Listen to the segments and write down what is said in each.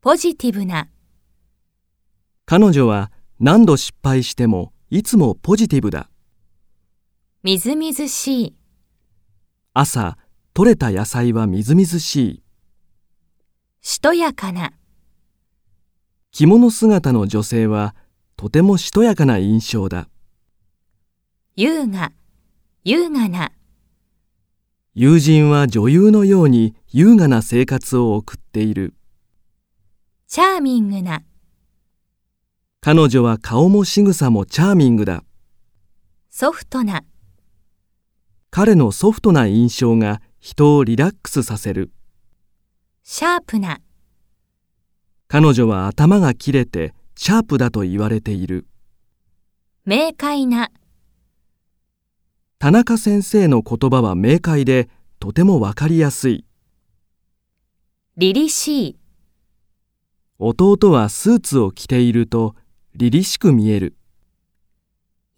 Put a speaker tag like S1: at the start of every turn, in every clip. S1: ポジティブな、
S2: 彼女は何度失敗してもいつもポジティブだ。
S1: みずみずしい、
S2: 朝、採れた野菜はみずみずしい。
S1: しとやかな、
S2: 着物姿の女性はとてもしとやかな印象だ。
S1: 優雅、優雅な、
S2: 友人は女優のように優雅な生活を送っている。
S1: チャーミングな、
S2: 彼女は顔も仕草もチャーミングだ。
S1: ソフトな、
S2: 彼のソフトな印象が人をリラックスさせる。
S1: シャープな、
S2: 彼女は頭が切れてシャープだと言われている。
S1: 明快な、
S2: 田中先生の言葉は明快でとてもわかりやすい。
S1: 凛々しい、
S2: 弟はスーツを着ていると凛々しく見える。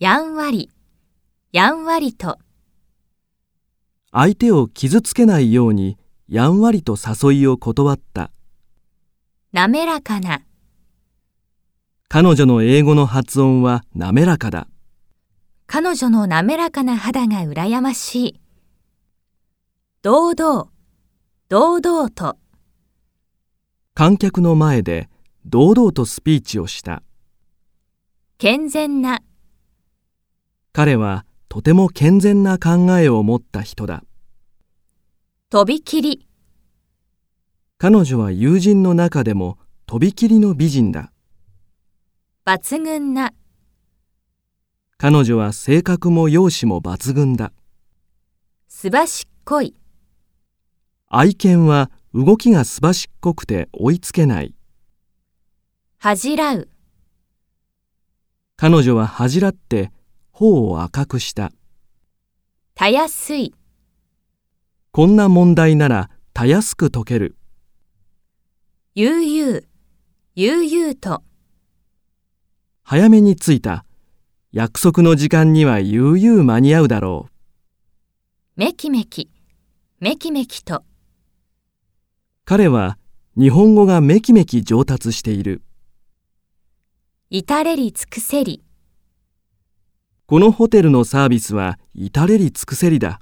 S1: やんわり、やんわりと、
S2: 相手を傷つけないようにやんわりと誘いを断った。
S1: 滑らかな、
S2: 彼女の英語の発音は滑らかだ。
S1: 彼女の滑らかな肌が羨ましい。堂々、堂々と、
S2: 観客の前で堂々とスピーチをした。
S1: 健全な、
S2: 彼はとても健全な考えを持った人だ。
S1: とびきり、
S2: 彼女は友人の中でもとびきりの美人だ。
S1: 抜群な、
S2: 彼女は性格も容姿も抜群だ。
S1: すばしっこい、
S2: 愛犬は動きがすばしっこくて追いつけない。
S1: 恥じらう、
S2: 彼女は恥じらって頬を赤くした。
S1: たやすい、
S2: こんな問題ならたやすく解ける。
S1: 悠々、悠々と、
S2: 早めに着いた。約束の時間には悠々間に合うだろう。
S1: めきめき、めきめきと、
S2: 彼は日本語がめきめき上達している。
S1: 至れり尽くせり、
S2: このホテルのサービスは至れり尽くせりだ。